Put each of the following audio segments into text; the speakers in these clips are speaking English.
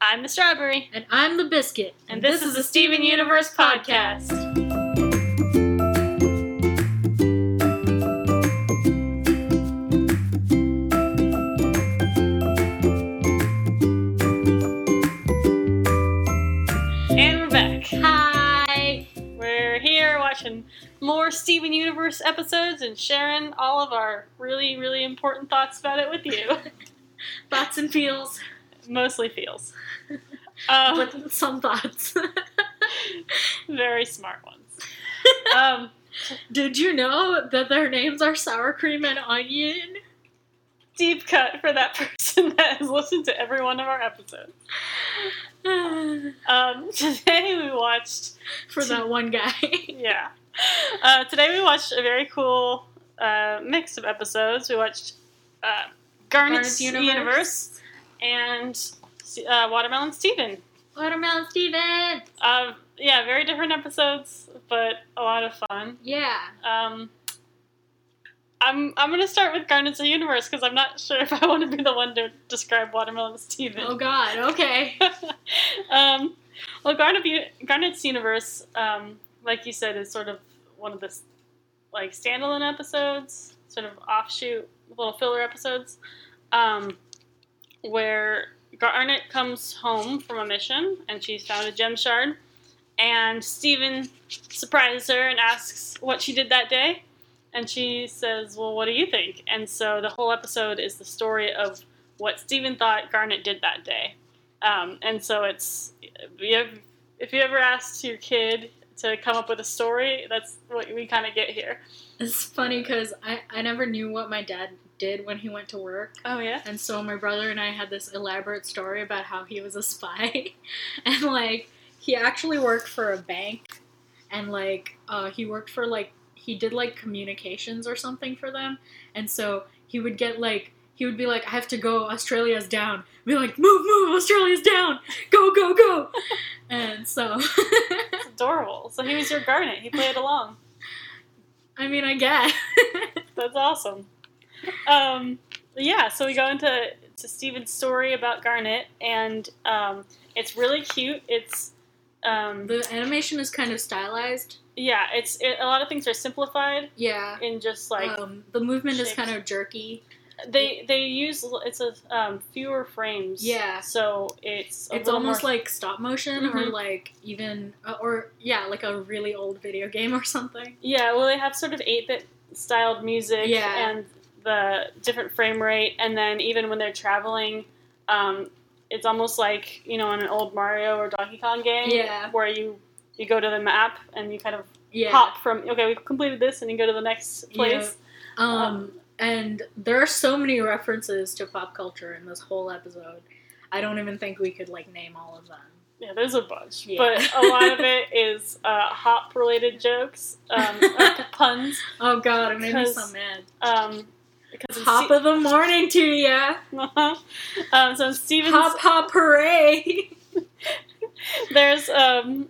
I'm the strawberry, And I'm the biscuit. and, this, is the Steven Universe podcast. And we're back. Hi. We're here watching more Steven Universe episodes and sharing all of our really, really important thoughts about it with you. Thoughts and feels. Mostly feels. Um, But some thoughts. Very smart ones. um, Did you know that their names are sour cream and onion? deep cut for that person that has listened to every one of our episodes. Um, today we watched, For that one guy. yeah. Uh, today we watched a very cool uh, mix of episodes. We watched uh, Garnet's, Garnet's Universe. and uh, Watermelon Steven. Watermelon Steven. Um, yeah, very different episodes, but a lot of fun. Yeah. Um, I'm I'm gonna start with Garnets of Universe because I'm not sure if I want to be the one to describe Watermelon Steven. Oh God. Okay. um, well, Garnet Bu- Garnet's Universe, um, like you said, is sort of one of the s- like standalone episodes, sort of offshoot little filler episodes, um, where Garnet comes home from a mission and she's found a gem shard, and Steven surprises her and asks what she did that day. And she says, Well, what do you think? And so the whole episode is the story of what Steven thought Garnet did that day. Um, and so it's you have, if you ever asked your kid to come up with a story, that's what we kind of get here. It's funny because I I never knew what my dad did when he went to work. Oh yeah, And so my brother and I had this elaborate story about how he was a spy. and like he actually worked for a bank and like uh, he worked for like he did like communications or something for them. And so he would get like he would be like, I have to go, Australia's down. Be like, move, move, Australia's down. Go, go, go. and so it's adorable. So he was your Garnet. He played along. I mean I guess. That's awesome. Um, yeah, so we go into to Steven's story about Garnet, and um, it's really cute. It's um, the animation is kind of stylized. yeah, it's it, a lot of things are simplified Yeah. in just like um, the movement is shaped. kind of jerky. they they use l- it's a um, fewer frames. Yeah. so it's a it's little almost more, like stop motion or Mhm. like even uh, or yeah like a really old video game or something Yeah, well, they have sort of 8 bit styled music Yeah. and the different frame rate, and then even when they're traveling, um, it's almost like, you know, on an old Mario or Donkey Kong game Yeah. where you, you go to the map and you kind of yeah hop from, okay, we've completed this, and you go to the next place. um, um, and there are so many references to pop culture in this whole episode i don't even think we could like name all of them Yeah, there's a bunch, Yeah. but a lot of it is uh, hop related jokes, um, uh, puns. oh god it made me so Because- mad Um, because in hop Se- of the morning to ya um, so in Steven's hop hop hooray There's um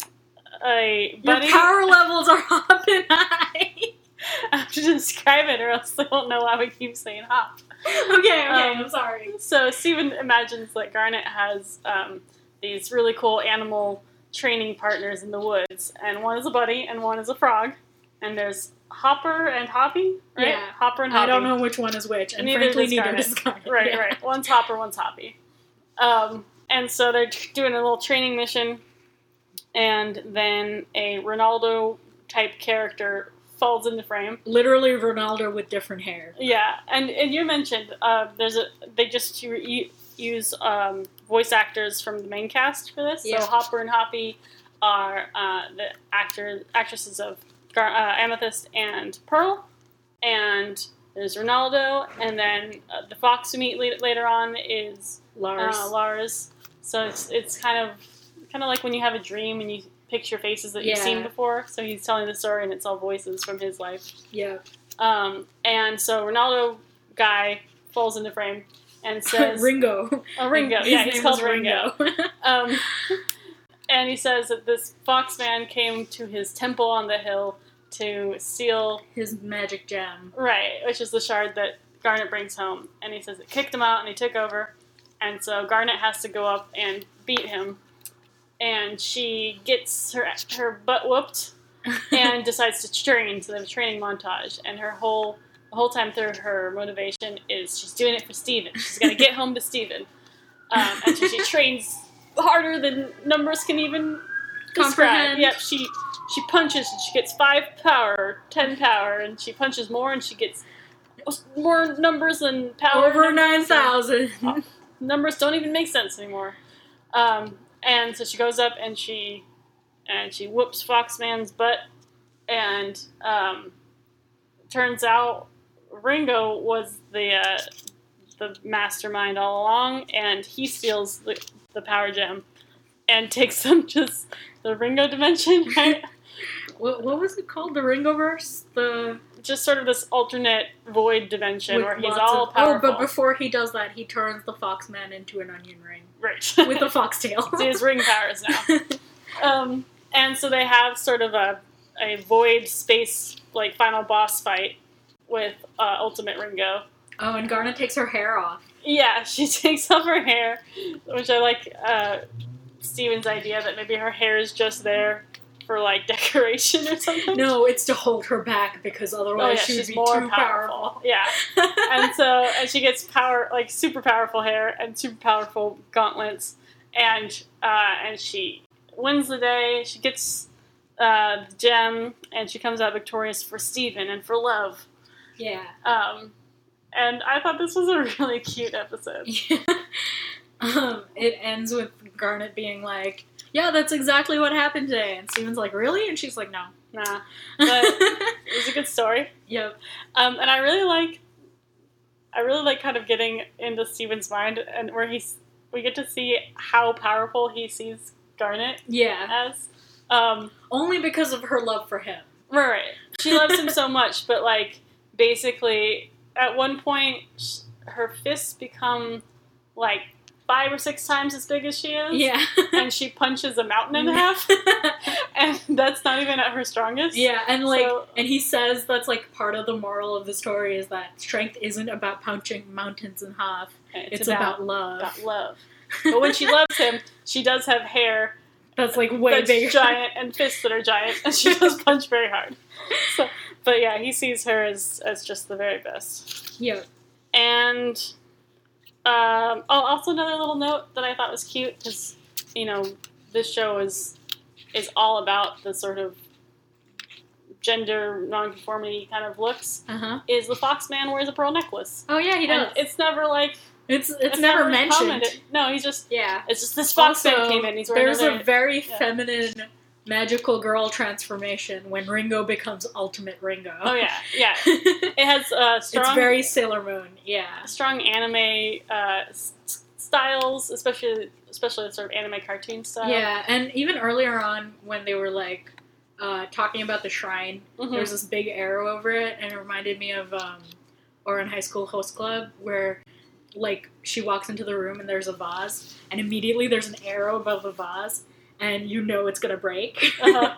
a your buddy. power levels are hopping high I have to describe it, or else they won't know why we keep saying hop. okay okay Um, i'm sorry So Steven imagines that Garnet has um, these really cool animal training partners in the woods, and one is a buddy, and one is a frog, and there's Hopper and Hoppy, right? Yeah. Hopper and i Hoppy. don't know which one is which and Neither frankly does neither Scarlett. does Scarlett. Right, Yeah. right. One's Hopper, one's Hoppy. Um, and so they're t- doing a little training mission, and then a Ronaldo type character falls in the frame. literally Ronaldo with different hair. Yeah, and and you mentioned uh, there's a they just u- u- use um, voice actors from the main cast for this. Yeah. So Hopper and Hoppy are uh, the actor actresses of Gar- uh, Amethyst and Pearl, and there's Ronaldo, and then uh, the fox we meet la- later on is Lars. uh, Lars. So it's it's kind of kind of like when you have a dream and you picture faces that you've Yeah. seen before. So he's telling the story, and it's all voices from his life. yeah. Um, and so Ronaldo guy falls into frame and says, Ringo. oh, Ringo. yeah, he's His name called was Ringo. Um, and he says that this fox man came to his temple on the hill to seal, His magic gem. right, which is the shard that Garnet brings home. And he says it kicked him out and he took over. and so Garnet has to go up and beat him, and she gets her her butt whooped and decides to train. So they have a training montage, and her whole the whole time through her motivation is she's doing it for Steven. She's gonna get home to Steven. Um, and so she trains harder than numbers can even describe. Comprehend. Yep, she she punches and she gets five power, ten power, and she punches more and she gets more numbers than power. Over nine numbers. thousand. Numbers don't even make sense anymore. Um, and so she goes up and she and she whoops Foxman's butt, and um, turns out Ringo was the uh, the mastermind all along, and he steals the, the power gem and takes them to s- the Ringo dimension, right? What, what was it called? The Ringoverse. The just sort of this alternate void dimension with where he's lots all of- powerful. Oh, but before he does that, he turns the Foxman into an onion ring right. with a foxtail. It's his ring powers now. Um, and so they have sort of a, a void space, like, final boss fight with uh, Ultimate Ringo. oh, and Garnet takes her hair off. Yeah, she takes off her hair, which I like uh, Steven's idea that maybe her hair is just there for, like, decoration or something. No, it's to hold her back because Oh, otherwise yeah, she would she's be more too powerful. powerful. Yeah. and so and she gets power like super powerful hair and super powerful gauntlets and uh, and she wins the day she gets uh, the gem and she comes out victorious for Steven and for love yeah. um, and I thought this was a really cute episode Yeah. um, it ends with Garnet being like, "Yeah, that's exactly what happened today," and Steven's like, "Really?" and she's like, "No." nah But- it was a good story yep. um, and I really like I really like kind of getting into Steven's mind and where he's we get to see how powerful he sees Garnet Yeah. as um, Only because of her love for him. Right, right. She loves him so much, but like basically, at one point, sh- her fists become like five or six times as big as she is. Yeah. And she punches a mountain in half, and that's not even at her strongest. yeah, and like, So- and he says that's like part of the moral of the story is that strength isn't about punching mountains in half. It's, about, love. about love. But when she loves him, she does have hair that's like way that's bigger. giant and fists that are giant, and she does punch very hard. So, but yeah, he sees her as as just the very best. Yep. And um, oh, also another little note that I thought was cute because you know this show is is all about the sort of gender nonconformity kind of looks. Uh huh. Is the fox man wears a pearl necklace? Oh yeah, he does. Uh-huh. And it's never like it's it's, never, mentioned. commented. No, he's just Yeah. it's just this fox man Also, came in. He's wearing There's another- a very yeah. feminine magical girl transformation when Ringo becomes ultimate Ringo. oh yeah yeah. it's It has uh, strong very Sailor Moon, yeah. strong anime uh, s- s- styles, especially especially the sort of anime cartoon style. Yeah, and even earlier on when they were like uh, talking about the shrine, Mhm. there was this big arrow over it, and it reminded me of um, Oran High School Host Club, where like she walks into the room and there's a vase, and immediately there's an arrow above the vase, and you know it's gonna break. Uh-huh.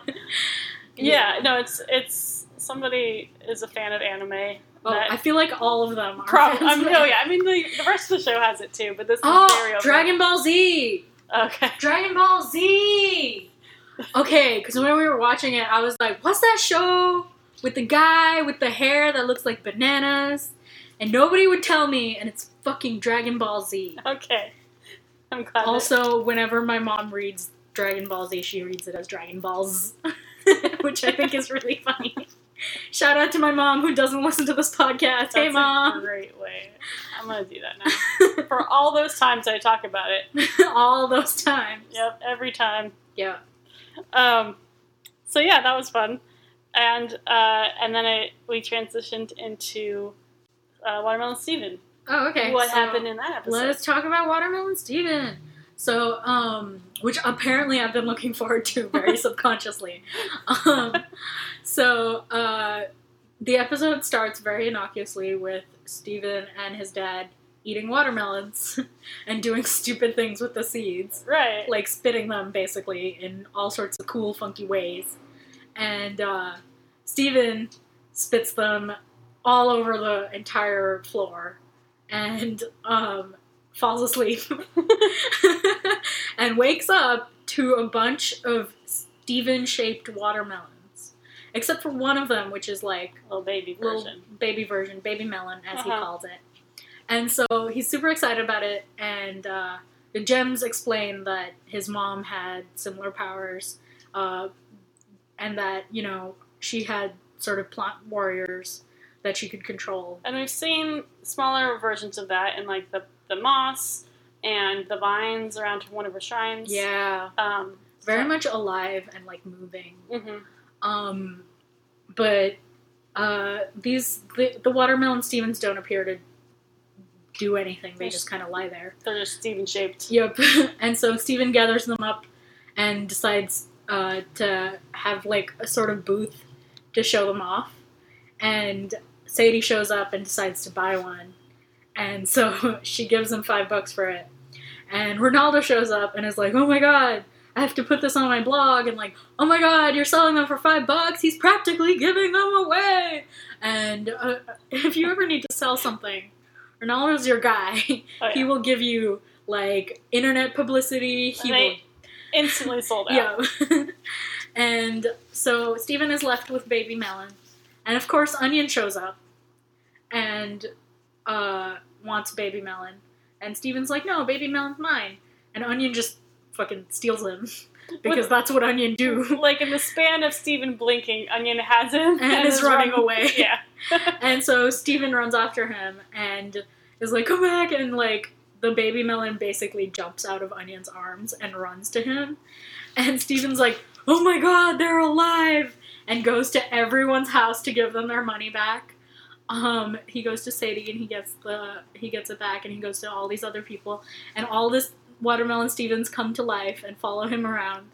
Yeah, no, it's it's somebody is a fan of anime. Oh, that I feel like all of them are. prob- fans I'm- of no, yeah, I mean the, the rest of the show has it too, but this is very Oh, over. Dragon Ball Z! Okay, Dragon Ball Z! Okay, because when we were watching it, I was like, what's that show with the guy with the hair that looks like bananas? And nobody would tell me, and it's fucking Dragon Ball Z. okay. I'm glad. that- Also, whenever my mom reads Dragon Ball Z, she reads it as Dragon Balls, which I think is really funny. Shout out to my mom who doesn't listen to this podcast. that's hey, a mom. great way. I'm gonna do that now. For all those times I talk about it. All those times. Yep, every time. Yeah. Um, so yeah, that was fun, and uh, and then I we transitioned into uh, Watermelon Steven. Oh, okay. what so- happened in that episode? Let's talk about Watermelon Steven. So, um, which apparently I've been looking forward to very subconsciously. Um, so, uh, the episode starts very innocuously with Steven and his dad eating watermelons and doing stupid things with the seeds, right. like spitting them basically in all sorts of cool, funky ways. And uh, Steven spits them all over the entire floor. And um, falls asleep, and wakes up to a bunch of Steven shaped watermelons, except for one of them, which is like Little baby little version. baby version, baby melon, as he Uh-huh. calls it. And so he's super excited about it. And uh, the gems explain that his mom had similar powers, uh, and that you know she had sort of plant warriors that she could control. And we've seen smaller versions of that in like the, the moss and the vines around one of her shrines. Yeah, Um, very much alive and like moving. hmm Um, but uh, these the, the watermelon Stevens don't appear to do anything. They just kind of lie there. They're just Steven shaped. Yep. and so Steven gathers them up and decides uh, to have like a sort of booth to show them off. And Sadie shows up and decides to buy one. And so she gives him five bucks for it. And Ronaldo shows up and is like, oh my god, I have to put this on my blog. And like, oh my god, you're selling them for five bucks. He's practically giving them away. And uh, if you ever need to sell something, Ronaldo's your guy. Oh, yeah. He will give you like internet publicity. He And will, they instantly sold out. yeah. and so Steven is left with Baby Melon, and of course Onion shows up and uh, wants Baby Melon, and Steven's like, "No, Baby Melon's mine," and Onion just fucking steals him because that's what Onion do. like in the span of Steven blinking, Onion has him And is running away. Yeah. and so Steven runs after him and is like, come back! And like, the baby melon basically jumps out of Onion's arms and runs to him. And Steven's like, oh my god, they're alive! And goes to everyone's house to give them their money back. Um, he goes to Sadie and he gets the he gets it back and he goes to all these other people and all this watermelon Stevens come to life and follow him around.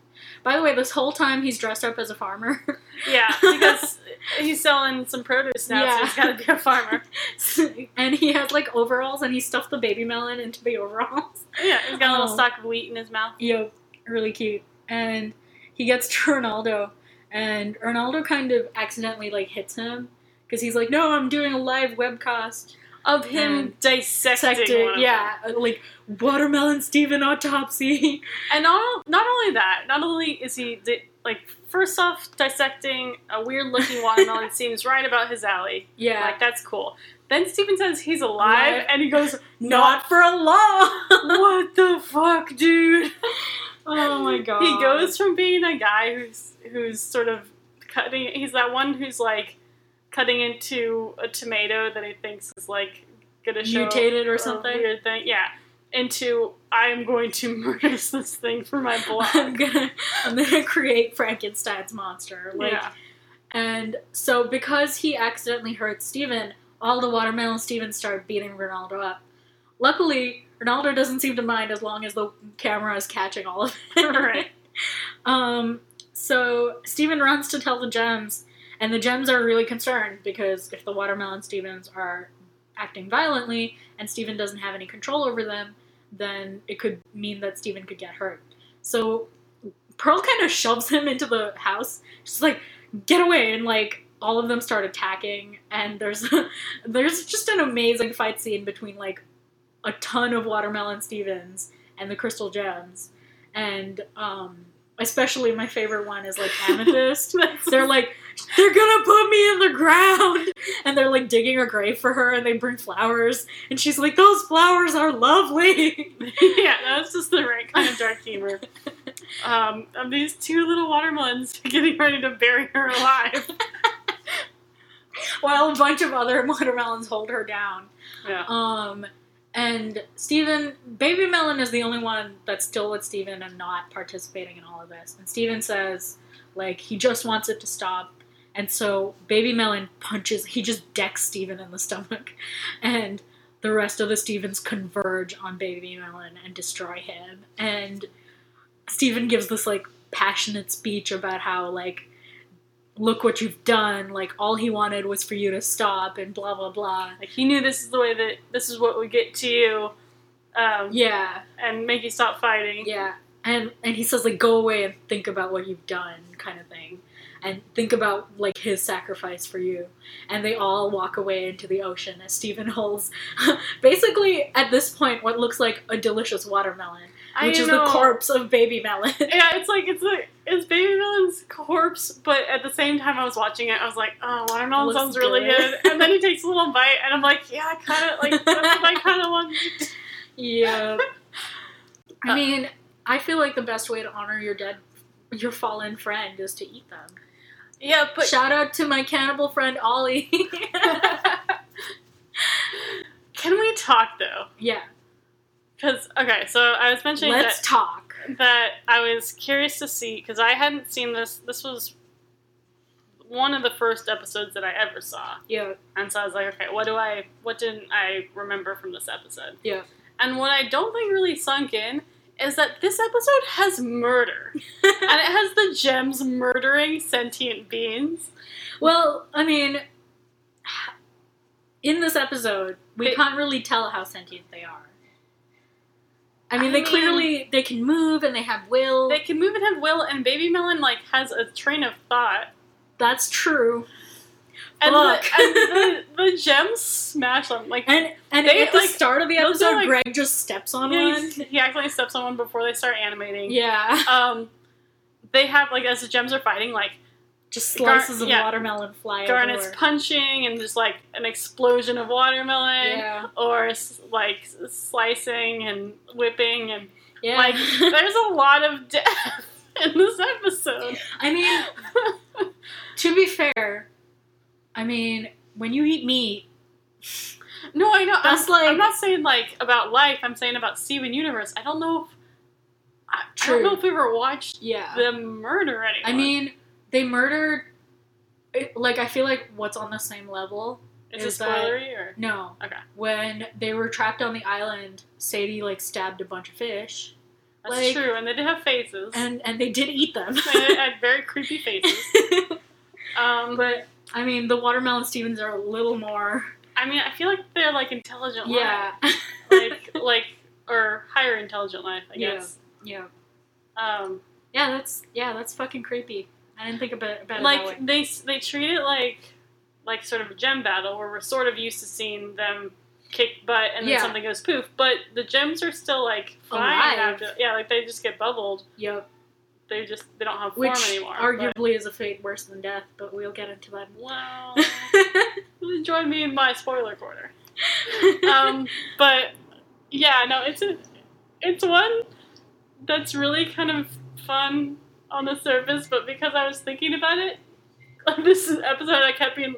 By the way, this whole time he's dressed up as a farmer. Yeah. Because he's selling some produce now, so Yeah. he's got to be a farmer. and he had like overalls and he stuffed the baby melon into the overalls. Yeah. He's got a little Oh. stalk of wheat in his mouth. Yep, really cute. And he gets to Ronaldo and Ronaldo kind of accidentally like hits him because he's like, "No, I'm doing a live webcast." Of him And dissecting. one Sector, of yeah, uh, like watermelon Steven autopsy. And not, not only that, not only is he di- like first off dissecting a weird looking watermelon seems right about his alley. yeah, Like that's cool. Then Steven says he's alive, Alive. and he goes, not for long. "What the fuck, dude?" oh my god. He goes from being a guy who's who's sort of cutting. He's that one who's like cutting into a tomato that he thinks is like gonna show mutated or a something. weird thing. Yeah. Into I am going to murder this thing for my I'm blog. gonna, I'm gonna create Frankenstein's monster. Like, yeah. And so, because he accidentally hurt Steven, all the watermelon Stevens start beating Ronaldo up. Luckily, Ronaldo doesn't seem to mind as long as the camera is catching all of it. Right. Um, so, Steven runs to tell the gems, and the gems are really concerned because if the watermelon Stevens are acting violently and Steven doesn't have any control over them, then it could mean that Steven could get hurt. So, Pearl kind of shoves him into the house. She's like, get away and like all of them start attacking and there's there's just an amazing fight scene between like a ton of watermelon stevens and the crystal gems and um especially my favorite one is like amethyst they're like they're gonna put me in the ground and they're like digging a grave for her and they bring flowers and she's like those flowers are lovely yeah, that was just the right kind of dark humor. Um, of these two little watermelons getting ready to bury her alive. while a bunch of other watermelons hold her down Yeah. Um, and Steven, Baby Melon is the only one that's still with Steven and not participating in all of this. And Steven says, like, he just wants it to stop. And so Baby Melon punches, he just decks Steven in the stomach. And the rest of the Stevens converge on Baby Melon and destroy him. And Steven gives this, like, passionate speech about how, like, look what you've done. Like, all he wanted was for you to stop and blah, blah, blah. Like he knew this is the way that this is what would get to you, um, Yeah. and make you stop fighting. Yeah, and and he says like go away and think about what you've done, kind of thing. and think about like his sacrifice for you and they all walk away into the ocean as stephen holds basically at this point what looks like a delicious watermelon I which is know. the corpse of baby melon Yeah, it's like it's like it's Baby Melon's corpse, but at the same time I was watching it, I was like, oh, watermelon Looks sounds really good. good. And then he takes a little bite, and I'm like, yeah, I kind of like that's what I kind of want. yeah Uh, i mean i feel like the best way to honor your dead your fallen friend is to eat them Yeah, but shout out to my cannibal friend ollie can we talk though? yeah Because okay, so I was mentioning let's that talk that I was curious to see because I hadn't seen this. This was one of the first episodes that I ever saw. yeah And so I was like, okay, what do I, what didn't I remember from this episode? Yeah. And what I don't think really sunk in is that this episode has murder. and it has the gems murdering sentient beings. Well, I mean, in this episode, we They- can't really tell how sentient they are. I mean, I they mean- clearly they can move and they have will. They can move and have will, and Baby Melon, like, has a train of thought. That's true. And, Fuck. The, and the, the gems smash them. Like, And and They, at the like- start of the those are, episode, like- Greg just steps on he, one. he accidentally steps on one before they start animating. Yeah, Um, they have, like, as the gems are fighting, like, just Gar- slices of yeah. watermelon fly Garnet's everywhere. punching, and just, like, an explosion of watermelon. Yeah, or s- like s- slicing and whipping and yeah. like there's a lot of death in this episode. I mean, to be fair, I mean, when you eat meat, No, I know. That's I'm, like- I'm not saying like about life. I'm saying about Steven Universe. I don't know. If, I, I don't True. know if we ever watched yeah, them murder anyone. I mean, they murdered. it- Like, I feel like what's on the same level. is, is it that- spoilery or No. Okay. When they were trapped on the island, Sadie like stabbed a bunch of fish, that's like- true? And they did have faces. and and they did eat them. they did- had very creepy faces. Um, but I mean, the watermelon Stevens are a little more. I mean, I feel like they're like intelligent. life. Yeah. like like or higher intelligent life. I Yeah. guess. yeah. Um. Yeah. That's yeah. That's fucking creepy. I didn't think about, about it that way. like they they treat it like like sort of a gem battle where we're sort of used to seeing them kick butt and then Yeah. something goes poof, but the gems are still like flying Alive. after. Yeah, like they just get bubbled. Yep. They just they don't have Which form anymore. arguably but- is a fate worse than death, but we'll get into that. wow. Join me in my spoiler corner. Um, but yeah, no, it's a it's one that's really kind of fun on the surface, but because I was thinking about it, this is- episode I kept being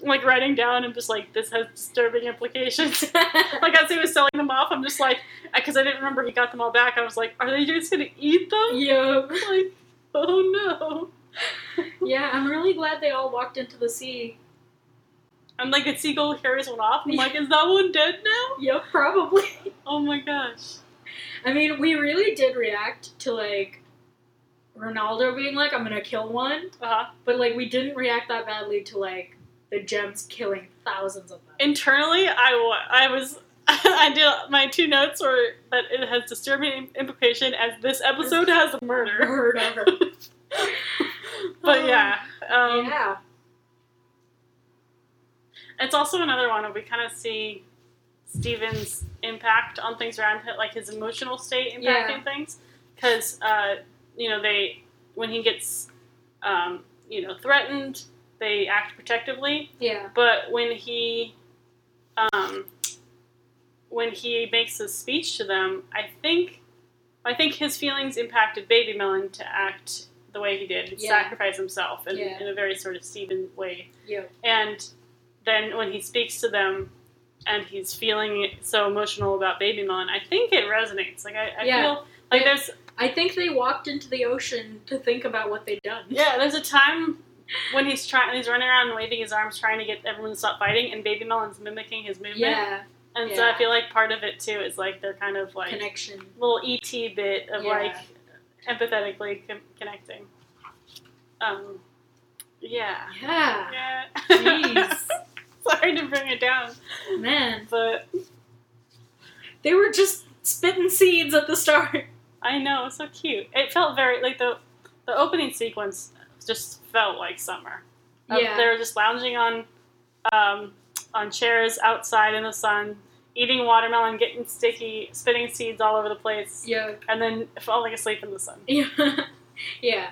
like writing down and just like this has disturbing implications. like as he was selling them off, I'm just like because I didn't remember he got them all back. I was like, are they just gonna eat them? yep. Like, oh no. Yeah, I'm really glad they all walked into the sea. And like a seagull carries one off. and I'm like, is that one dead now? Yep, probably. Oh my gosh. I mean, we really did react to like Ronaldo being like, "I'm gonna kill one," Uh-huh. but like we didn't react that badly to like the gems killing thousands of them. internally i, wa- I was i did my two notes were that it has disturbing implication as this episode has murder Heard of her. but yeah um, yeah. it's also another one where we kind of see steven's impact on things around him like his emotional state impacting Yeah. things because uh, you know they when he gets um, you know threatened they act protectively Yeah. But when he, um, when he makes his speech to them, I think, I think his feelings impacted Baby Melon to act the way he did, Yeah. sacrifice himself in, Yeah. in a very sort of Stephen way. Yep. And then when he speaks to them, and he's feeling so emotional about Baby Melon, I think it resonates. Like I, I Yeah. feel like It- there's I think they walked into the ocean to think about what they'd done. yeah, there's a time. When he's trying, he's running around and waving his arms, trying to get everyone to stop fighting, and Baby Melon's mimicking his movement. Yeah. And so I Yeah. feel like part of it too is like they're kind of like Connection. little ET bit of Yeah. like empathetically con- connecting. Um, yeah. Yeah. Yeah. Jeez, Sorry to bring it down, man, but they were just spitting seeds at the start. I know it's so cute. It felt very like the the opening sequence just felt like summer. Uh, Yeah. They were just lounging on um, on chairs outside in the sun, eating watermelon, getting sticky, spitting seeds all over the place, Yeah. and then falling asleep in the sun. Yeah. yeah.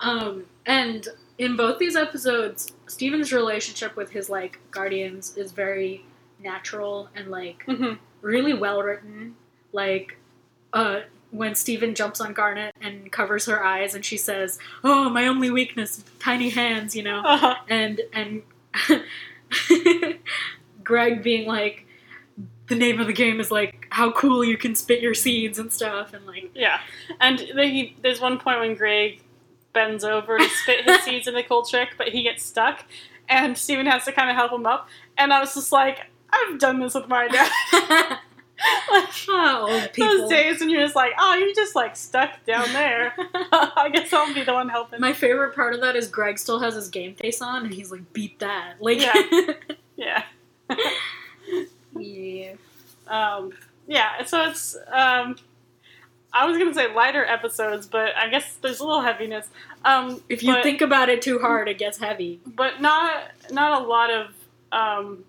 Um, and in both these episodes, Steven's relationship with his like guardians is very natural and like Mhm. really well written. Like uh when Steven jumps on Garnet and covers her eyes and she says, "Oh, my only weakness, tiny hands," you know. Uh-huh. And and Greg being like the name of the game is like how cool you can spit your seeds and stuff and like Yeah, and they, there's one point when Greg bends over to spit his seeds in the cold trick, but he gets stuck, and Steven has to kind of help him up. And I was just like, I've done this with my dad. Ah, old people. Those days when you're just like, oh, you're just like stuck down there. I guess I'll be the one helping. My favorite part of that is Greg still has his game face on, and he's like, "Beat that!" Like, Yeah. yeah, yeah. um, yeah. So it's. Um, I was gonna say lighter episodes, but I guess there's a little heaviness. Um, If you but- think about it too hard, it gets heavy. but not not a lot of um,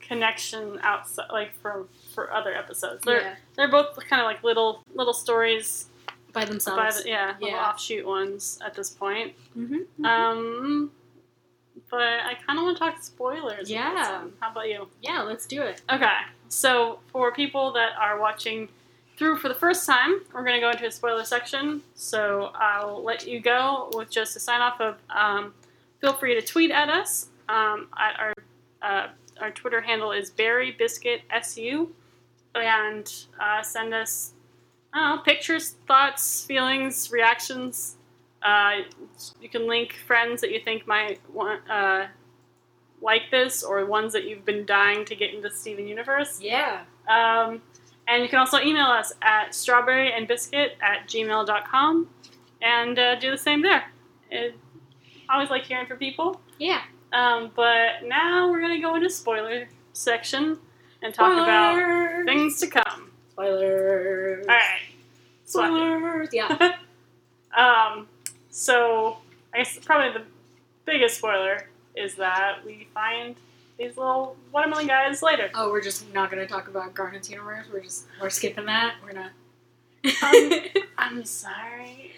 connection outside, like from for other episodes. They're Yeah, they're both kind of like little little stories by by themselves. the, yeah, little Yeah. offshoot ones at this point. mm-hmm. Um, but I kind of want to talk spoilers. about Yeah. some. How about you? yeah, let's do it. Okay, so for people that are watching through for the first time, we're going to go into a spoiler section. So I'll let you go with just a sign off of um, feel free to tweet at us. Um, at our uh, our Twitter handle is Barry Biscuit SU, and uh, send us I don't know, pictures, thoughts, feelings, reactions. Uh, you can link friends that you think might want. Uh, like this or ones that you've been dying to get into Steven Universe. Yeah, Um, and you can also email us at strawberryandbiscuit at gmail.com and uh, do the same there. It, I always like hearing from people. yeah. Um, but now we're going to go into spoiler section and talk about Spoilers. things to come. Spoilers. All right. Spoilers. Yeah. Um, so I guess probably the biggest spoiler is that we find these little watermelon guys later. Oh, we're just not gonna talk about Garnet's universe. We're just we're skipping that. We're not. Um, I'm sorry.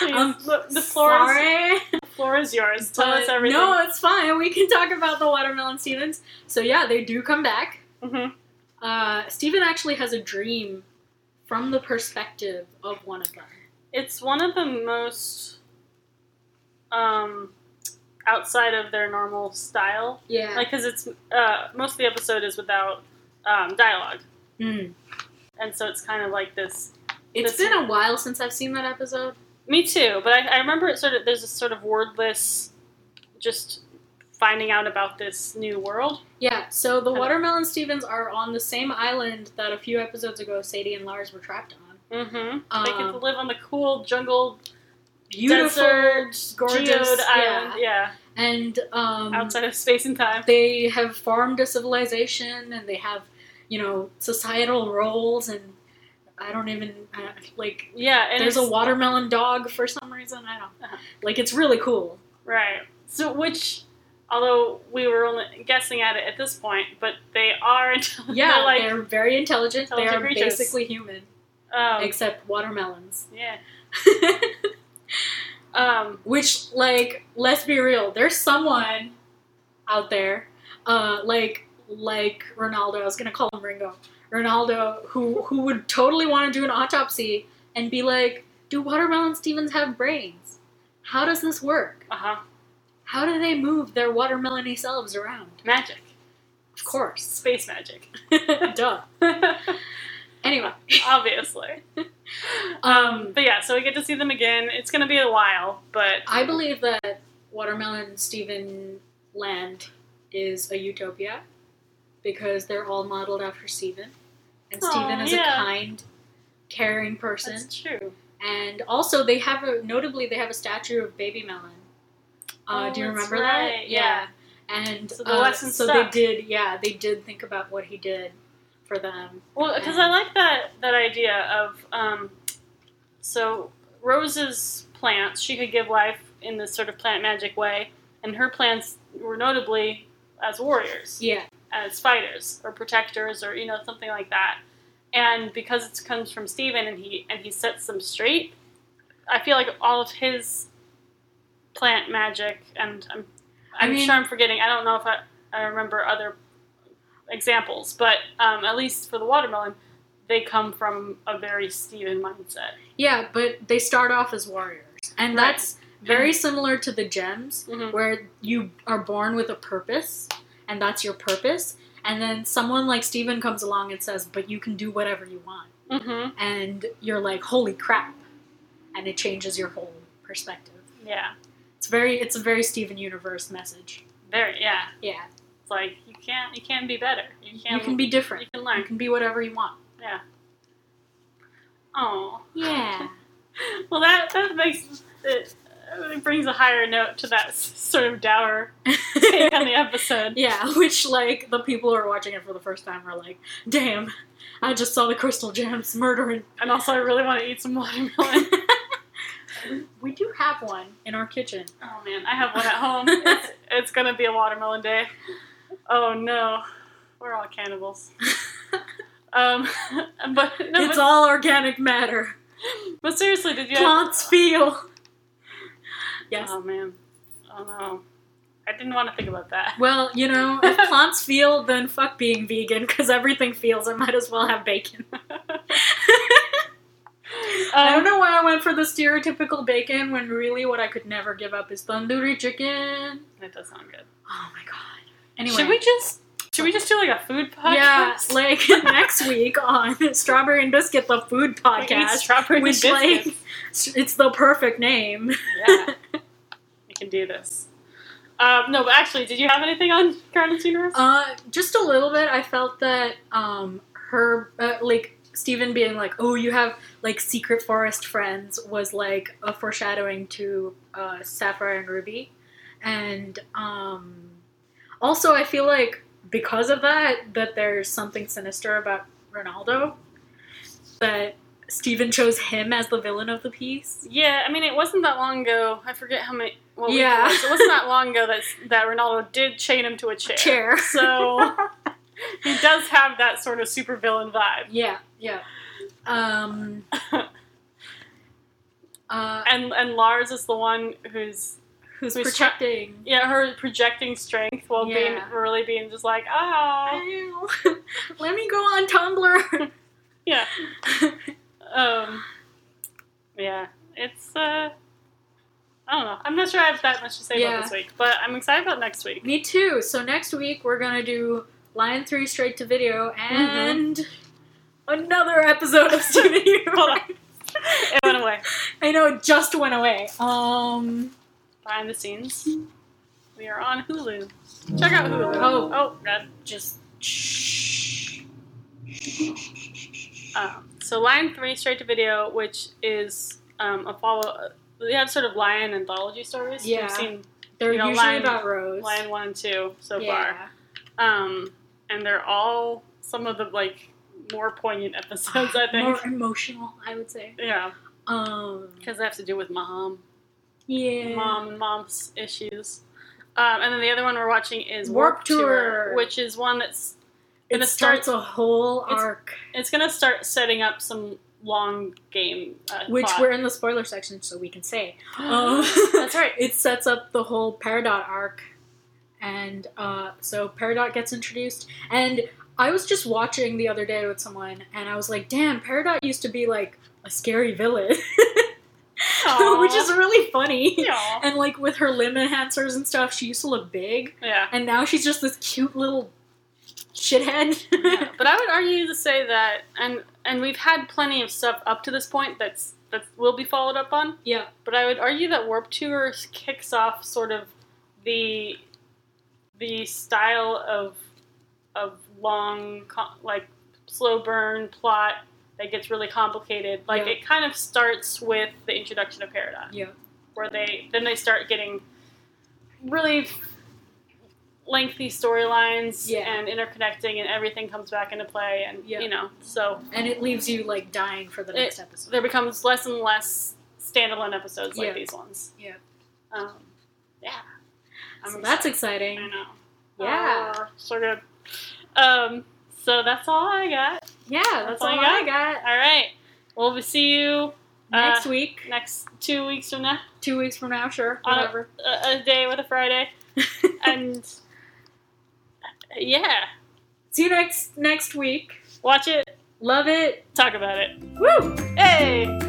I'm Please, the, the floor is, Sorry. the floor is yours. Tell But us everything. Uh, No, it's fine. We can talk about the watermelon Stevens. So yeah, they do come back. Mhm. Uh, Steven actually has a dream from the perspective of one of them. It's one of the most um, outside of their normal style. Yeah. Like, because it's uh, most of the episode is without um, dialogue, Hmm. and so it's kind of like this. It's This- been a while since I've seen that episode. Me too, but I, I remember it sort of. There's a sort of wordless, just finding out about this new world. Yeah, so the Okay. watermelon Stevens are on the same island that a few episodes ago Sadie and Lars were trapped on. Mm-hmm. they get to Um, live on the cool jungle beautiful, desert, gorgeous geode yeah. island, yeah, and um, outside of space and time. they have formed a civilization and they have you know societal roles and i don't even I, like Yeah, and there's a it's- watermelon dog for some reason i don't Uh-huh. like it's really cool right. So, which, although we were only guessing at it at this point, but they are yeah They're they're, like- very intelligent they Intelligent are creatures. basically human um, except watermelons yeah. Um, which like let's be real there's someone out there uh like like ronaldo i was gonna call him ringo ronaldo who who would totally want to do an autopsy and be like do watermelon stevens have brains how does this work uh huh. how do they move their watermelony selves around Magic, of course space magic, duh anyway obviously. um But yeah, so we get to see them again. It's gonna be a while, but i believe that watermelon steven land is a utopia because they're all modeled after Steven. And Aw, Steven is yeah. a kind, caring person. that's true. and also they have a notably they have a statue of Baby Melon. Uh, Oh, do you that's remember right, that? Yeah. And So the uh, lesson so stuck. they did yeah, they did think about what he did for them. Well, because I like that that idea of um, so Rose's plants. She could give life in this sort of plant magic way, and her plants were notably as warriors, Yeah. as fighters or protectors, or you know something like that. And because it comes from Steven and he and he sets them straight, I feel like all of his plant magic and I'm I I'm mean- sure I'm forgetting. I don't know if I, I remember other examples, but um, at least for the watermelon, they come from a very Steven mindset. Yeah, but they start off as warriors. And Right. that's very similar to the gems, Mhm. where you are born with a purpose, and that's your purpose. And then someone like Steven comes along and says, But you can do whatever you want. Mm-hmm. And you're like, Holy crap. And it changes your whole perspective. Yeah. It's very it's a very Steven Universe message. Very. Yeah. Yeah. It's like you can't. You can be better. You can. you can be different. You can You learn. can be whatever you want. Oh. Yeah. Well, that that makes it, it brings a higher note to that s- sort of dour take on the episode. Yeah, which like the people who are watching it for the first time are like, "Damn, I just saw the crystal gems murdering." And also, I really want to eat some watermelon. oh We do have one in our kitchen. man, I have one at home. It's, it's gonna be a watermelon day. Oh no, we're all cannibals. Um, but no, it's but, all organic matter. but seriously, did you? Plants feel. Yes. Oh man, oh no, I didn't want to think about that. Well, you know, if plants feel, then fuck being vegan because everything feels. I might as well have bacon. I don't Um, know why I went for the stereotypical bacon when really what I could never give up is tandoori chicken. That does sound good. Oh my god. Anyway. Should we just should we just do like a food podcast? Yeah, like next week on Strawberry and Biscuit, the We food eat podcast, strawberry which biscuits. like it's the perfect name. yeah, we can do this. Um, no, but actually, did you have anything on Garden's Universe? Uh, just a little bit, I felt that um her uh, like Stephen being like, oh, you have like secret forest friends was like a foreshadowing to uh, Sapphire and Ruby, and um also I feel like because of that that there's something sinister about Ronaldo that. Steven chose him as the villain of the piece. yeah, I mean, it wasn't that long ago. I forget how many. What week Yeah. it, was. it wasn't that long ago that that Ronaldo did chain him to a chair. chair. So he does have that sort of supervillain vibe, Yeah, yeah. Um. uh, and and Lars is the one who's who's who's tra- protecting? yeah her projecting strength while being Yeah. really being just like ah Ow. Let me go on Tumblr. yeah Um, yeah, it's. Uh, I don't know. I'm not sure I have that much to say Yeah. about this week, but I'm excited about next week. me too. So next week we're gonna do Lion Three straight to video and another episode of Steven Mm-hmm. Hold Universe. on. It went away. I know it just went away. Um. Behind the scenes, we are on Hulu. Check out Hulu. Oh. oh, God. Just shh. Um, so Lion Three straight to video, which is um, a follow. They have sort of lion anthology stories. Yeah. We've seen They're You know, usually Lion- about Rose. Lion One and Two so yeah. far, um, and they're all some of the like more poignant episodes. I think. More emotional, I would say. yeah, Um. because they have to do with mom. Yeah. mom and mom's issues. Um, and then the other one we're watching is Warp Warp, Tour. Tour, which is one that's It gonna starts a whole it's- arc, it's going to start setting up some long game. Uh, which plot. we're in the spoiler section, so we can say. Um, that's right. It sets up the whole Peridot arc, and uh, so Peridot gets introduced. And I was just watching the other day with someone, and I was like, "Damn, Peridot used to be like a scary villain," Aw. which is really funny. Aw. And like with her limb enhancers and stuff, she used to look big, yeah. and now she's just this cute little shithead. yeah. But I would argue to say that, and and we've had plenty of stuff up to this point that's that will be followed up on. yeah. But I would argue that Warp Tour kicks off sort of the the style of of long co- like slow burn plot that gets really complicated. Like Yeah. it kind of starts with the introduction of Peridot, Yeah. where they then they start getting really lengthy storylines Yeah. and interconnecting, and everything comes back into play, and Yeah. you know so And it leaves you like dying for the It- next episode. there becomes less and less standalone episodes like Yeah. these ones. Yeah. Um, yeah. I'm So excited. that's exciting. I know. Yeah. Oh, so good. Um, so that's all I got. Yeah, that's all all you I got. All right. Well, we'll see you Uh, Next week, next two weeks from now, two weeks from now, sure, on a- whatever. a, a day with a Friday. and yeah, See you next next week. watch it, Love it. talk about it. Woo! Hey!